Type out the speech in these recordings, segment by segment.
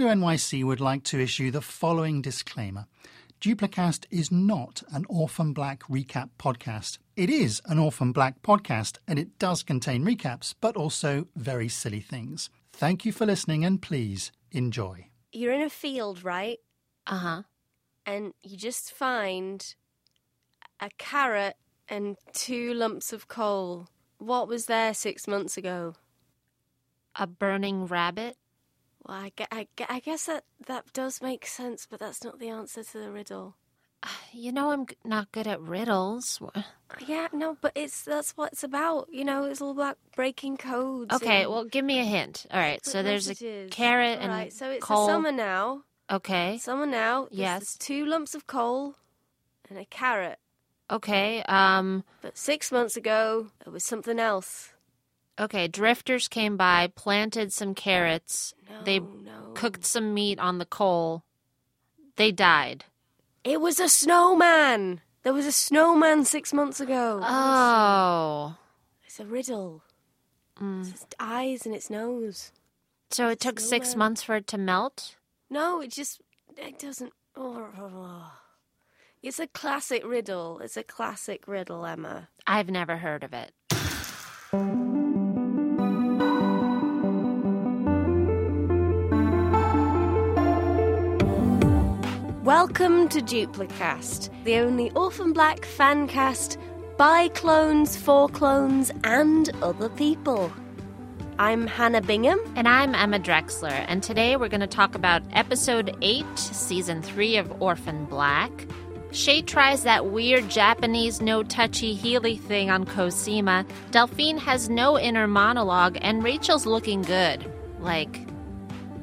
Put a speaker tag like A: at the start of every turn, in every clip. A: WNYC would like to issue the following disclaimer. Duplicast is not an Orphan Black recap podcast. It is an Orphan Black podcast, and it does contain recaps, but also very silly things. Thank you for listening, and please enjoy.
B: You're in a field, right?
C: Uh huh.
B: And you just find a carrot and two lumps of coal. What was there six months ago?
C: A burning rabbit?
B: Well, I, gue- I, gue- I guess that, that does make sense, but that's not the answer to the riddle.
C: You know I'm g- not good at riddles. Wha-
B: Yeah, no, but it's that's what it's about. You know, it's all about breaking codes.
C: Okay,
B: and
C: well, give me a hint. All right, so
B: split
C: there's a
B: messages.
C: carrot and
B: Right, so it's a
C: coal.
B: summer now.
C: Okay,
B: Summer now. There's-
C: Yes.
B: there's two lumps of coal and a carrot.
C: okay, um,
B: But six months ago, it was something else.
C: okay. Drifters came by, planted some carrots.
B: No,
C: they
B: no.
C: cooked some meat on the coal. They died.
B: It was a snowman. There was a snowman six months ago. Ah.
C: Oh,
B: It's a riddle.
C: Mm.
B: It's its eyes and its nose.
C: so it took six
B: Snowman.
C: months for it to melt.
B: No, it just it doesn't. Oh. It's a classic riddle. It's a classic riddle, Emma.
C: I've never heard of it.
B: Welcome to Duplicast, the only Orphan Black fan cast by clones, for clones, and other people. I'm Hannah Bingham.
C: And I'm Emma Drexler, and today we're going to talk about episode 8, season 3 of Orphan Black. Shay tries that weird Japanese no touchy heely thing on Cosima. Delphine has no inner monologue, and Rachel's looking good. Like,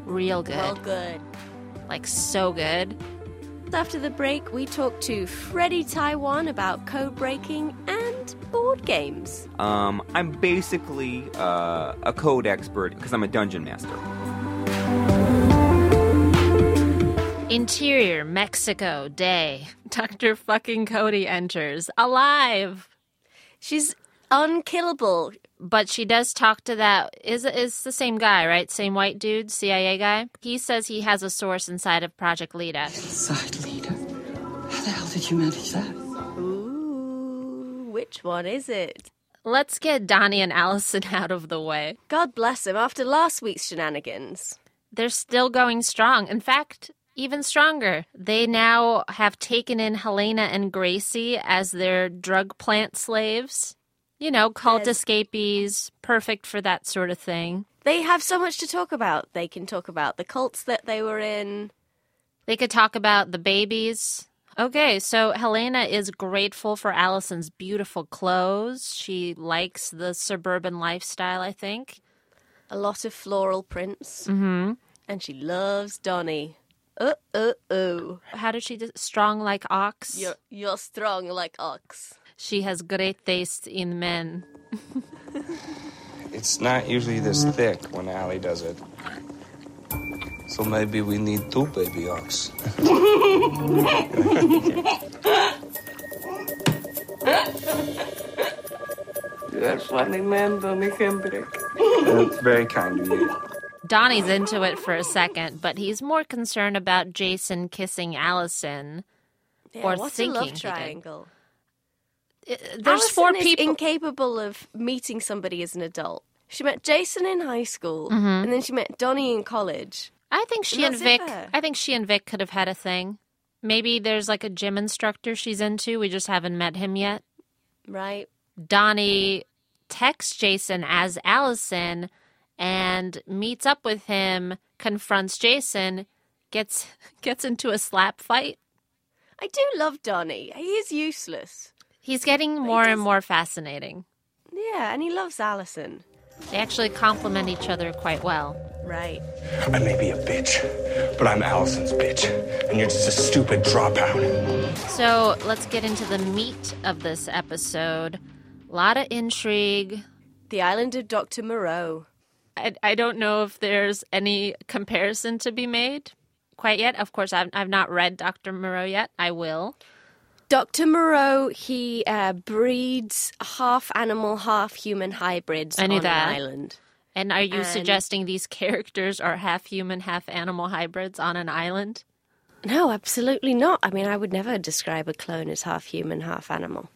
C: real good.
B: good.
C: like, so good.
B: After the break, we talk to Freddy Taiwan about code breaking and board games.
D: Um, I'm basically uh, a code expert because I'm a dungeon master.
C: Interior, Mexico, day. Dr. fucking Cody enters. Alive!
B: She's unkillable.
C: but she does talk to that is is the same guy, right? Same white dude, CIA guy. He says he has a source inside of Project Lita.
E: Side leader? How the hell did you manage that?
B: Ooh, which one is it?
C: Let's get Donnie and Allison out of the way.
B: God bless him after last week's shenanigans.
C: They're still going strong. In fact, even stronger. They now have taken in Helena and Gracie as their drug plant slaves. You know, cult
B: Yes.
C: escapees, perfect for that sort of thing.
B: They have so much to talk about. They can talk about the cults that they were in.
C: They could talk about the babies. Okay, so Helena is grateful for Allison's beautiful clothes. She likes the suburban lifestyle, I think.
B: A lot of floral prints.
C: Mm-hmm.
B: And she loves Donnie. Uh, uh, uh.
C: How did she do? Strong like ox.
B: You're, you're strong like ox.
C: She has great taste in men.
F: It's not usually this thick when Allie does it. So maybe we need two baby ox.
G: You're a funny man, Donny Hendrick.
F: That's very kind of you.
C: Donnie's into it for a second, but he's more concerned about Jason kissing Allison.
B: Yeah,
C: Or
B: what a
C: thinking he
B: love
C: did.
B: triangle.
C: I- There's four
B: Alison is
C: people.
B: incapable of meeting somebody as an adult. She met Jason in high school,
C: Mm-hmm.
B: and then she met Donnie in college.
C: I think she and
B: That's it
C: Vic.
B: there.
C: I think she and Vic could have had a thing. Maybe there's like a gym instructor she's into. We just haven't met him yet.
B: Right?
C: Donnie texts Jason as Allison and meets up with him, confronts Jason, gets gets into a slap fight.
B: I do love Donnie. He is useless.
C: He's getting
B: he
C: more and
B: does-
C: more fascinating.
B: Yeah, and he loves Allison.
C: They actually complement each other quite well.
B: Right.
H: I may be a bitch, but I'm Allison's bitch, and you're just a stupid dropout.
C: So let's get into the meat of this episode. A lot of intrigue.
B: The island of Dr. Moreau.
C: I, I don't know if there's any comparison to be made quite yet. Of course, I've, I've not read Dr. Moreau yet. I will.
B: Dr. Moreau, he uh, breeds half animal, half human hybrids
C: I knew
B: on
C: that.
B: an island.
C: And are you
B: And-
C: suggesting these characters are half human, half animal hybrids on an island?
B: No, absolutely not. I mean, I would never describe a clone as half human, half animal.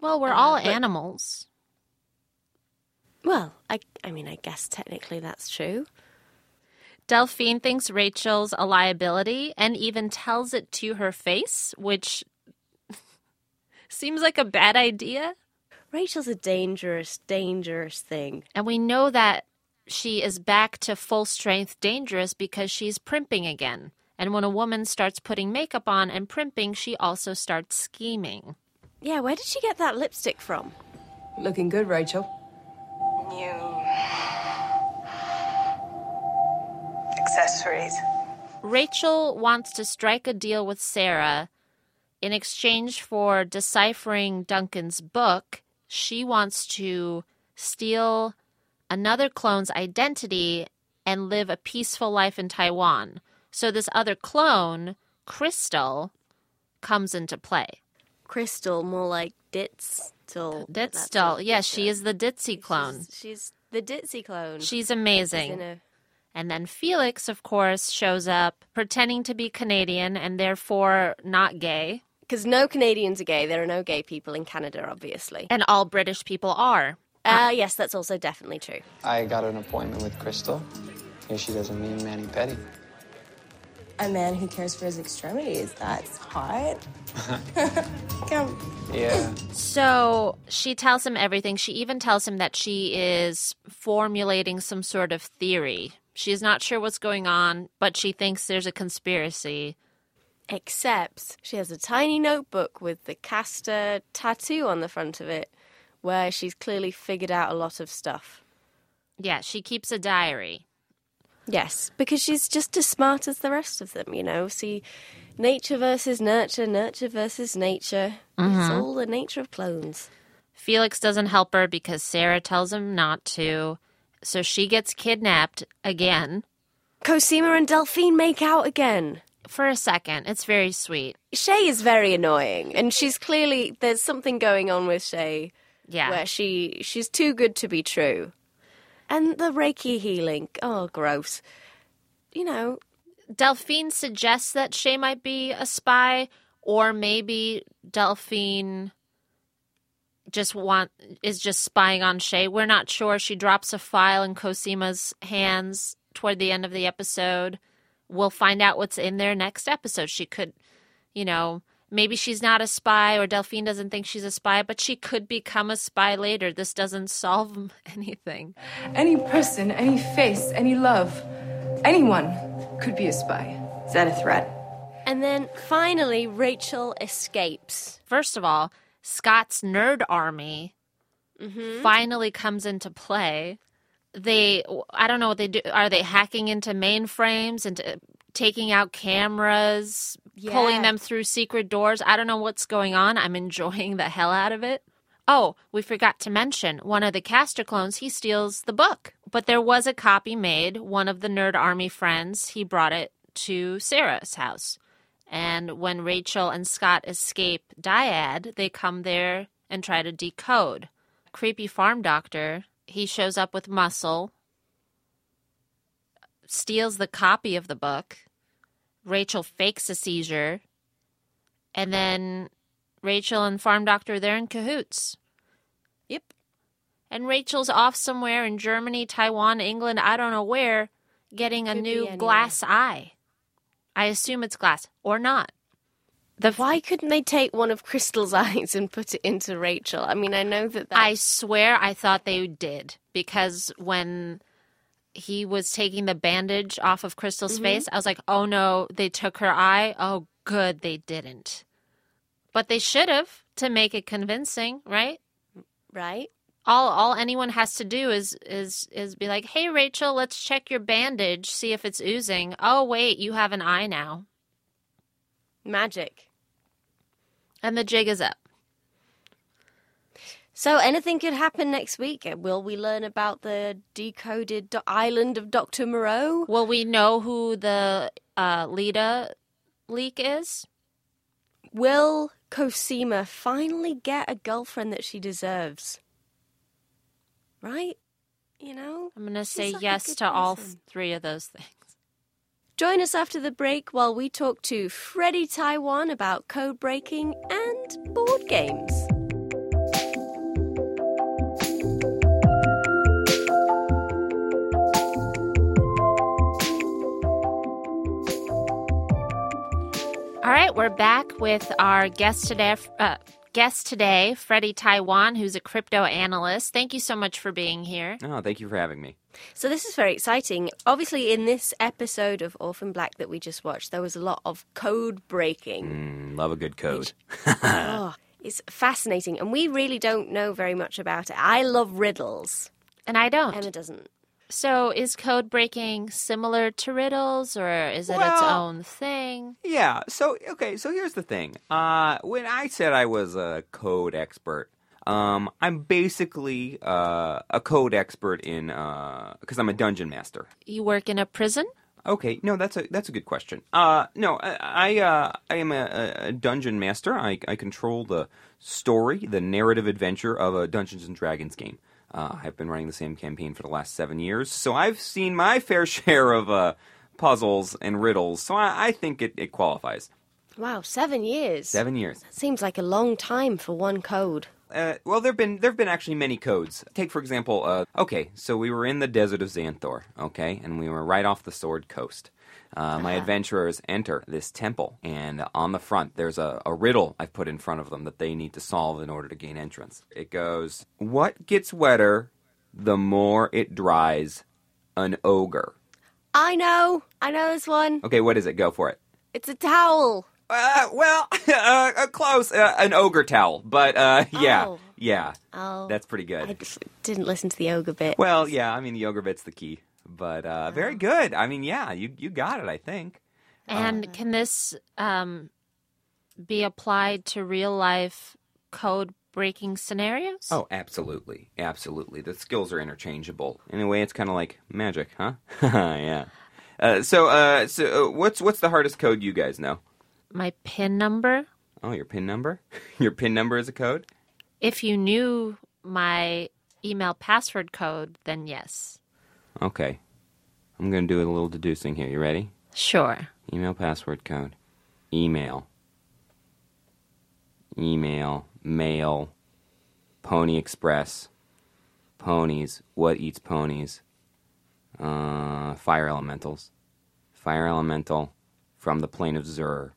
C: Well, we're all animals.
B: Well, I, I mean, I guess technically that's true.
C: Delphine thinks Rachel's a liability and even tells it to her face, which seems like a bad idea.
B: Rachel's a dangerous, dangerous thing.
C: And we know that she is back to full strength dangerous because she's primping again. And when a woman starts putting makeup on and primping, she also starts scheming.
B: Yeah, where did she get that lipstick from?
E: Looking good, Rachel.
I: New accessories.
C: Rachel wants to strike a deal with Sarah in exchange for deciphering Duncan's book. She wants to steal another clone's identity and live a peaceful life in Taiwan. So, this other clone, Crystal, comes into play.
B: Crystal, more like Ditzel.
C: That's still, yeah, she is the ditzy clone.
B: She's, she's the Ditzy clone.
C: She's
B: She's in
C: amazing.
B: a-
C: And then Felix, of course, shows up pretending to be Canadian and therefore not gay.
B: Because no Canadians are gay. There are no gay people in Canada, obviously.
C: And all British people are.
B: Uh, yes, that's also definitely true.
F: I got an appointment with Crystal. Here she doesn't mean Manny Petty.
I: A man who cares for his extremities. That's hot. Come.
F: Yeah.
C: So she tells him everything. She even tells him that she is formulating some sort of theory. She's not sure what's going on, but she thinks there's a conspiracy.
B: Except she has a tiny notebook with the caster tattoo on the front of it, where she's clearly figured out a lot of stuff.
C: Yeah, she keeps a diary.
B: Yes, because she's just as smart as the rest of them, you know. See, nature versus nurture, nurture versus nature. It's all the nature of clones.
C: Felix doesn't help her because Sarah tells him not to. So she gets kidnapped again
B: Cosima and Delphine make out again.
C: for a second. It's very sweet.
B: Shay is very annoying, and she's clearly there's something going on with Shay
C: Yeah.
B: where she she's too good to be true. And the Reiki healing, oh gross. You know,
C: Delphine suggests that Shay might be a spy, or maybe Delphine just want is just spying on Shay. We're not sure. She drops a file in Cosima's hands toward the end of the episode. We'll find out what's in there next episode. She could, you know, maybe she's not a spy, or Delphine doesn't think she's a spy, but she could become a spy later. This doesn't solve anything.
J: Any person, any face, any love, anyone could be a spy.
E: Is that a threat?
B: and then finally Rachel escapes.
C: First of all, Scott's nerd army finally comes into play. They, I don't know what they do. Are they hacking into mainframes and uh, taking out cameras, pulling
B: Yeah.
C: them through secret doors? I don't know what's going on. I'm enjoying the hell out of it. Oh, we forgot to mention one of the caster clones, he steals the book. But there was a copy made. One of the Nerd Army friends, he brought it to Sarah's house. And when Rachel and Scott escape Dyad, they come there and try to decode. Creepy farm doctor, he shows up with muscle, steals the copy of the book. Rachel fakes a seizure. And then Rachel and farm doctor, they're in cahoots.
B: Yep.
C: And Rachel's off somewhere in Germany, Taiwan, England, I don't know where, getting a
B: Could be
C: new
B: anywhere.
C: glass eye. I assume it's glass or not. The
B: Why couldn't they take one of Crystal's eyes and put it into Rachel? I mean, I know that that
C: I swear I thought they did because when he was taking the bandage off of Crystal's face, I was like, "Oh no, they took her eye. Oh good, they didn't." But they should have to make it convincing, right?
B: right?
C: all all anyone has to do is is is be like, "Hey Rachel, let's check your bandage, see if it's oozing." Oh wait, you have an eye now.
B: Magic.
C: And the jig is up.
B: So anything could happen next week. Will we learn about the decoded do- island of Dr. Moreau?
C: Will we know who the uh Lita leak is?
B: Will Cosima finally get a girlfriend that she deserves? Right? you know?
C: I'm going to say
B: like a
C: yes
B: good
C: to all
B: person.
C: three of those things.
B: Join us after the break while we talk to Freddy Taiwan about code breaking and board games.
C: All right, we're back with our guest today. Uh, guest today, Freddie Taiwan, who's a crypto analyst. Thank you so much for being here.
D: Oh, thank you for having me.
B: So this is very exciting. Obviously, in this episode of Orphan Black that we just watched, there was a lot of code breaking.
D: Mm, Love a good code.
B: Oh, it's fascinating, and we really don't know very much about it. I love riddles.
C: And I don't.
B: Emma doesn't.
C: so, is code breaking similar to riddles, or is it its
D: Well-
C: own thing?
D: Yeah. So okay. So here's the thing. Uh, when I said I was a code expert, um, I'm basically uh, a code expert in because I'm a dungeon master.
C: You work in a prison?
D: Okay, no, that's a that's a good question. Uh, no, I I, uh, I am a, a dungeon master. I, I control the story, the narrative adventure of a Dungeons and Dragons game. Uh, I've been running the same campaign for the last seven years, so I've seen my fair share of uh, puzzles and riddles. So I, I think it, it qualifies.
B: Wow, seven years.
D: Seven years.
B: Seems like a long time for one code.
D: Uh, well, there've been there've been actually many codes. Take for example, uh, okay, so we were in the desert of Xanthor, okay, and we were right off the Sword Coast. Uh,
B: Uh-huh.
D: my adventurers enter this temple, and on the front there's a, a riddle I've put in front of them that they need to solve in order to gain entrance. It goes, "What gets wetter the more it dries? An ogre."
B: I know. I know this one.
D: Okay, what is it? Go for it.
B: It's a towel.
D: Uh, well, uh, uh, close, uh, an ogre towel, but uh, yeah,
B: Oh.
D: yeah,
B: Oh,
D: that's pretty good.
B: I just didn't listen to the ogre bit.
D: Well, yeah, I mean the yogurt bit's the key, but uh, very good. I mean, yeah, you you got it. I think.
C: And
B: Uh-huh.
C: can this um, be applied to real life code breaking scenarios?
D: Oh, absolutely, absolutely. The skills are interchangeable. In a way, it's kind of like magic, huh? yeah. Uh, so, uh, so uh, what's what's the hardest code you guys know?
C: My PIN number?
D: Oh, your pin number. your pin number is a code.
C: If you knew my email password code, then yes.
D: Okay, I'm gonna do a little deducing here. You ready?
C: Sure.
D: Email password code. Email. Email. Mail. Pony Express. Ponies. What eats ponies? Uh, fire elementals. Fire elemental from the plane of Zur.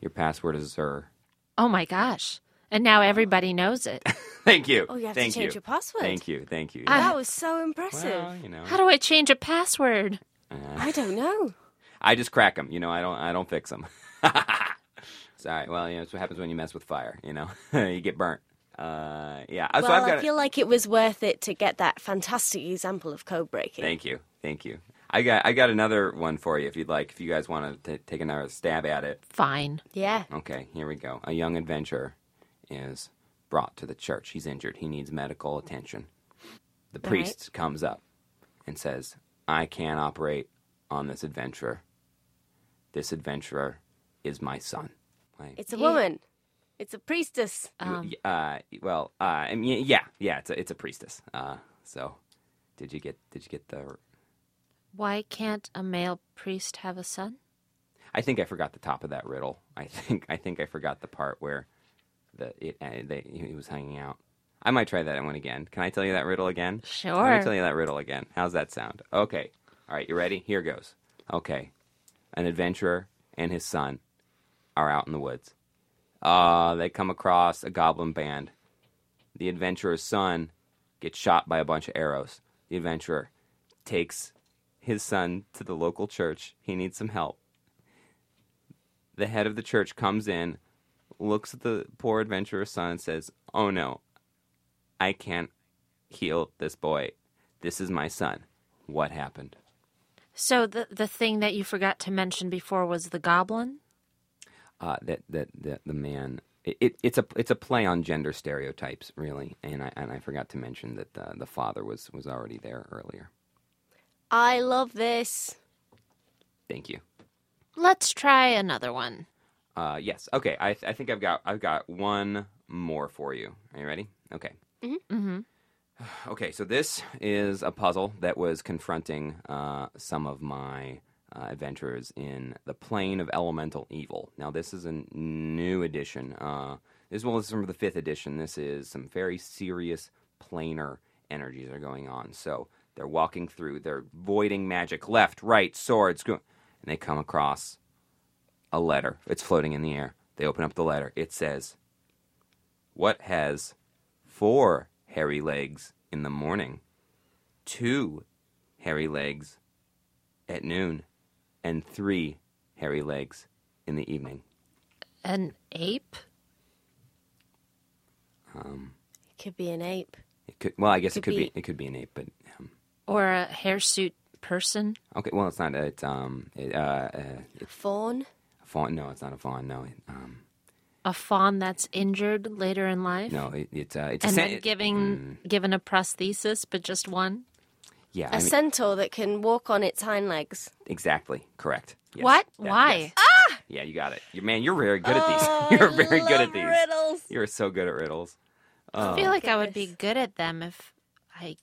D: Your password is Zur.
C: Oh my gosh. And now everybody knows it.
D: Thank you.
B: Oh, you have to
D: Thank
B: change
D: you.
B: your password. Ah,
D: Thank you. Ah. Thank you.
B: that was so impressive.
D: well, you know,
C: How do I change a password?
B: I don't know.
D: I just crack them. You know, I don't. I don't fix them. Sorry. Well, you know, it's what happens when you mess with fire. You know, you get burnt. Uh, yeah. Uh, so
B: well,
D: I've got.
B: I feel like it was worth it to get that fantastic example of code breaking.
D: Thank you. Thank you. I got. I got another one for you if you'd like. If you guys want to take another stab at it.
C: Fine.
B: yeah.
D: Okay. Here we go. A young adventurer is brought to the church. He's injured. He needs medical attention. The
B: All right.
D: priest comes up and says, "I can't operate on this adventurer. This adventurer is my son." Like,
B: It's a
C: Yeah.
B: woman. It's a priestess.
D: You- y- uh, well, uh, I mean, yeah, yeah, it's a, it's a priestess. Uh, so, did you get did you get the?
C: Why can't a male priest have a son?
D: I think I forgot the top of that riddle. I think I think I forgot the part where the it uh, they, he was hanging out. I might try that one again. Can I tell you that riddle again? Let
C: Sure.
D: me tell you that riddle again. How's that sound? Okay. All right, you ready? Here goes. Okay. An adventurer and his son are out in the woods. Uh, they come across a goblin band. The adventurer's son gets shot by a bunch of arrows. The adventurer takes his son to the local church. He needs some help. The head of the church comes in, looks at the poor adventurer's son, and says, Oh no, I can't heal this boy. This is my son. What happened?
C: So the the thing that you forgot to mention before was the goblin?
D: Uh, that, that that the man. It, it, it's a it's a play on gender stereotypes, really. And I and I forgot to mention that uh, the father was was already there earlier.
B: I love this.
D: Thank you.
C: Let's try another one.
D: Uh, yes. Okay. I I think I've got I've got one more for you. Are you ready? Okay. Mm-hmm. Okay, so this is a puzzle that was confronting uh, some of my uh, adventures in the plane of elemental evil. Now, this is a n- new edition. Uh, this one is from the fifth edition. This is some very serious planar energies are going on. So they're walking through, they're voiding magic left, right, swords, go- and they come across a letter. It's floating in the air. They open up the letter. It says, What has four hairy legs in the morning, two hairy legs at noon, and three hairy legs in the evening?
C: An ape?
D: Um,
B: Could be an ape.
D: it could, well, I guess
B: Could
D: it could be.
B: be-
D: it could be an ape, but um,
C: Or a hirsute person?
D: okay. Well, it's not. It's um, it, uh, uh, it's
B: Fawn.
D: a fawn. No, it's not a fawn. No, it, um,
C: A fawn that's injured later in life?
D: no, mm. it, it's uh, it's a
C: and
D: sen-
C: then giving given a prosthesis, but just one.
D: yeah,
B: A
D: I mean-
B: centaur that can walk on its hind legs.
D: exactly correct. Yes.
C: what?
D: Yeah,
C: Why?
D: yes. Yeah, you got it. You, man, you're very good at these. you're very good at these.
B: Oh, riddles.
D: You're so good at riddles.
C: I feel like I would be good at them if I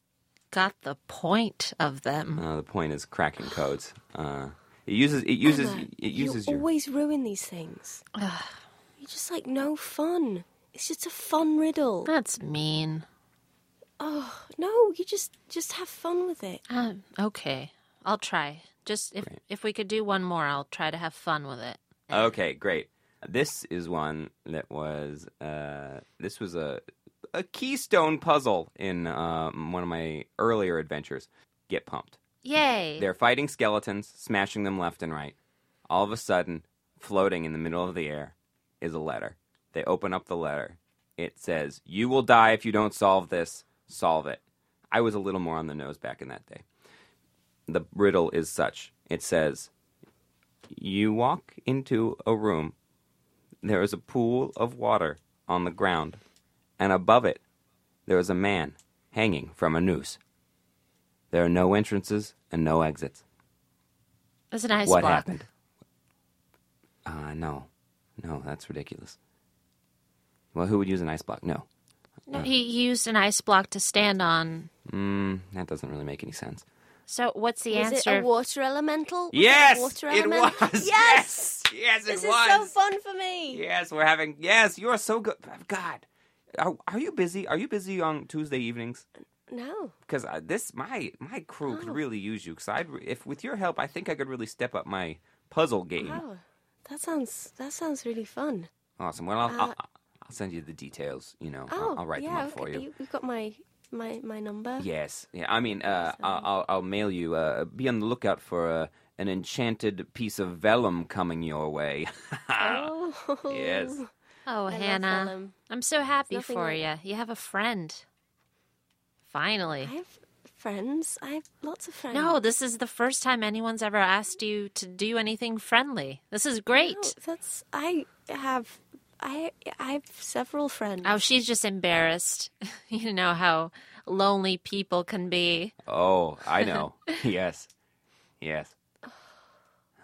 C: got the point of them.
D: Uh, the point is cracking codes. Uh, it uses it uses it uses
B: Oh you
D: your
B: always ruin these things. You're just like no fun. It's just a fun riddle.
C: That's mean.
B: Oh no, you just just have fun with it.
C: Um, okay, I'll try. Just if if we could do one more, I'll try to have fun with it.
D: Okay, great. This is one that was uh, this was a a keystone puzzle in um, one of my earlier adventures. Get pumped.
C: Yay!
D: They're fighting skeletons, smashing them left and right. All of a sudden, floating in the middle of the air is a letter. They open up the letter. It says, "You will die if you don't solve this. Solve it." I was a little more on the nose back in that day. The riddle is such. It says, you walk into a room. There is a pool of water on the ground, and above it, there is a man hanging from a noose. There are no entrances and no exits.
C: That's an ice
D: what
C: block.
D: happened? Uh, no. No, that's ridiculous. Well, who would use an ice block? No.
C: No, he he used an ice block to stand on.
D: Mm, that doesn't really make any sense.
C: So what's the
B: Is
C: answer?
B: it a water elemental? Was it a
D: Yes!
B: water
D: it
B: element?
D: was!
B: Yes,
D: Yes, it
B: this is
D: was!
B: so fun for me.
D: Yes, we're having. Yes, you are so good. God, are, are you busy? Are you busy on Tuesday evenings?
B: No,
D: Because this my my crew
B: Oh.
D: could really use you. Because I if with your help, I think I could really step up my puzzle game.
B: oh, that sounds that sounds really fun.
D: Awesome. Well, I'll, I'll I'll send you the details. You know,
B: Uh, Oh,
D: I'll, I'll write
B: yeah,
D: them up for
B: okay.
D: you.
B: You've got my my my number.
D: Yes. Yeah. I mean, uh, I'll, I'll I'll mail you. Uh, be on the lookout for uh, an enchanted piece of vellum coming your way.
B: Oh,
D: yes.
C: oh,
B: love
C: Hannah,
B: Ellen.
C: I'm so happy
B: nothing
C: for
B: like-
C: you. You have a friend.
B: I
C: Finally.
B: have friends. I have lots of friends.
C: No, this is the first time anyone's ever asked you to do anything friendly. This is
B: No,
C: great.
B: Oh, that's I have I I have several friends.
C: Oh, she's just embarrassed. you know how lonely people can be.
D: Oh, I know. yes. Yes.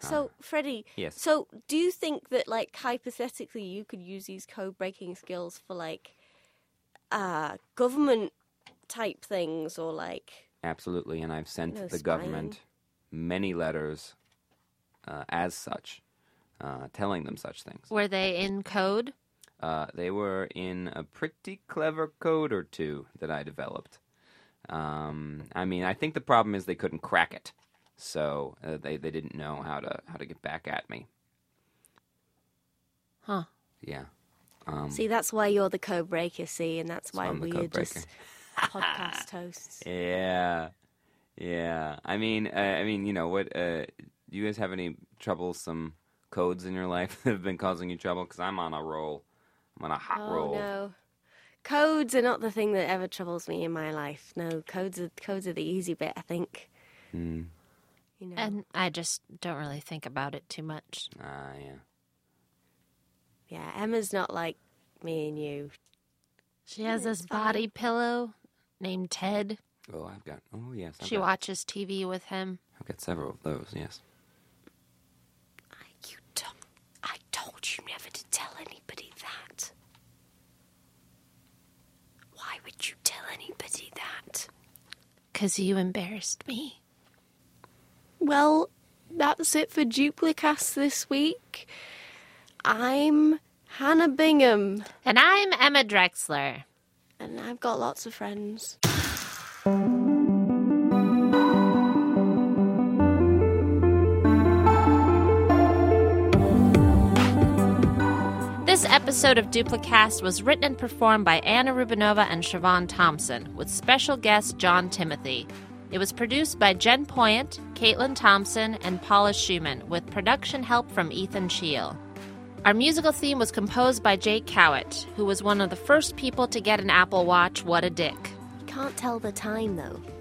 B: So, Freddie,
D: Yes.
B: So, do you think that, like, hypothetically, you could use these code-breaking skills for like uh, government type things, or like,
D: Absolutely, and I've sent
B: No
D: the
B: spying.
D: government many letters uh, as such, uh, telling them such things.
C: Were they in code?
D: Uh, they were in a pretty clever code or two that I developed. Um, I mean, I think the problem is they couldn't crack it, so uh, they they didn't know how to how to get back at me.
C: Huh.
D: Yeah. Um,
B: see, that's why you're the code breaker, see, and that's why
D: I'm the
B: we are
D: code
B: just podcast hosts.
D: Yeah, yeah. I mean, uh, I mean, you know what? Uh, do you guys have any troublesome codes in your life that have been causing you trouble? Because I'm on a roll. I'm on a hot
B: Oh
D: roll.
B: no, codes are not the thing that ever troubles me in my life. No, codes are codes are the easy bit, I think.
D: Mm,
B: You know,
C: And I just don't really think about it too much.
D: ah, yeah.
B: yeah, Emma's not like me and you.
C: She has this body pillow named Ted.
D: Oh, I've got. Oh, yes. I've
C: She
D: got,
C: watches TV with him.
D: I've got several of those. Yes.
B: You t- I told you never to tell anybody that. Why would you tell anybody that? because you embarrassed me. Well, that's it for Duplicast this week. I'm Hannah Bingham,
C: And I'm Emma Drexler.
B: and I've got lots of friends.
C: This episode of Duplicast was written and performed by Anna Rubinova and Siobhan Thompson, with special guest John Timothy. It was produced by Jen Poyant, Caitlin Thompson, and Paula Schumann, with production help from Ethan Scheel. Our musical theme was composed by Jake Cowett, who was one of the first people to get an Apple Watch. What a dick!
B: Can't tell the time though.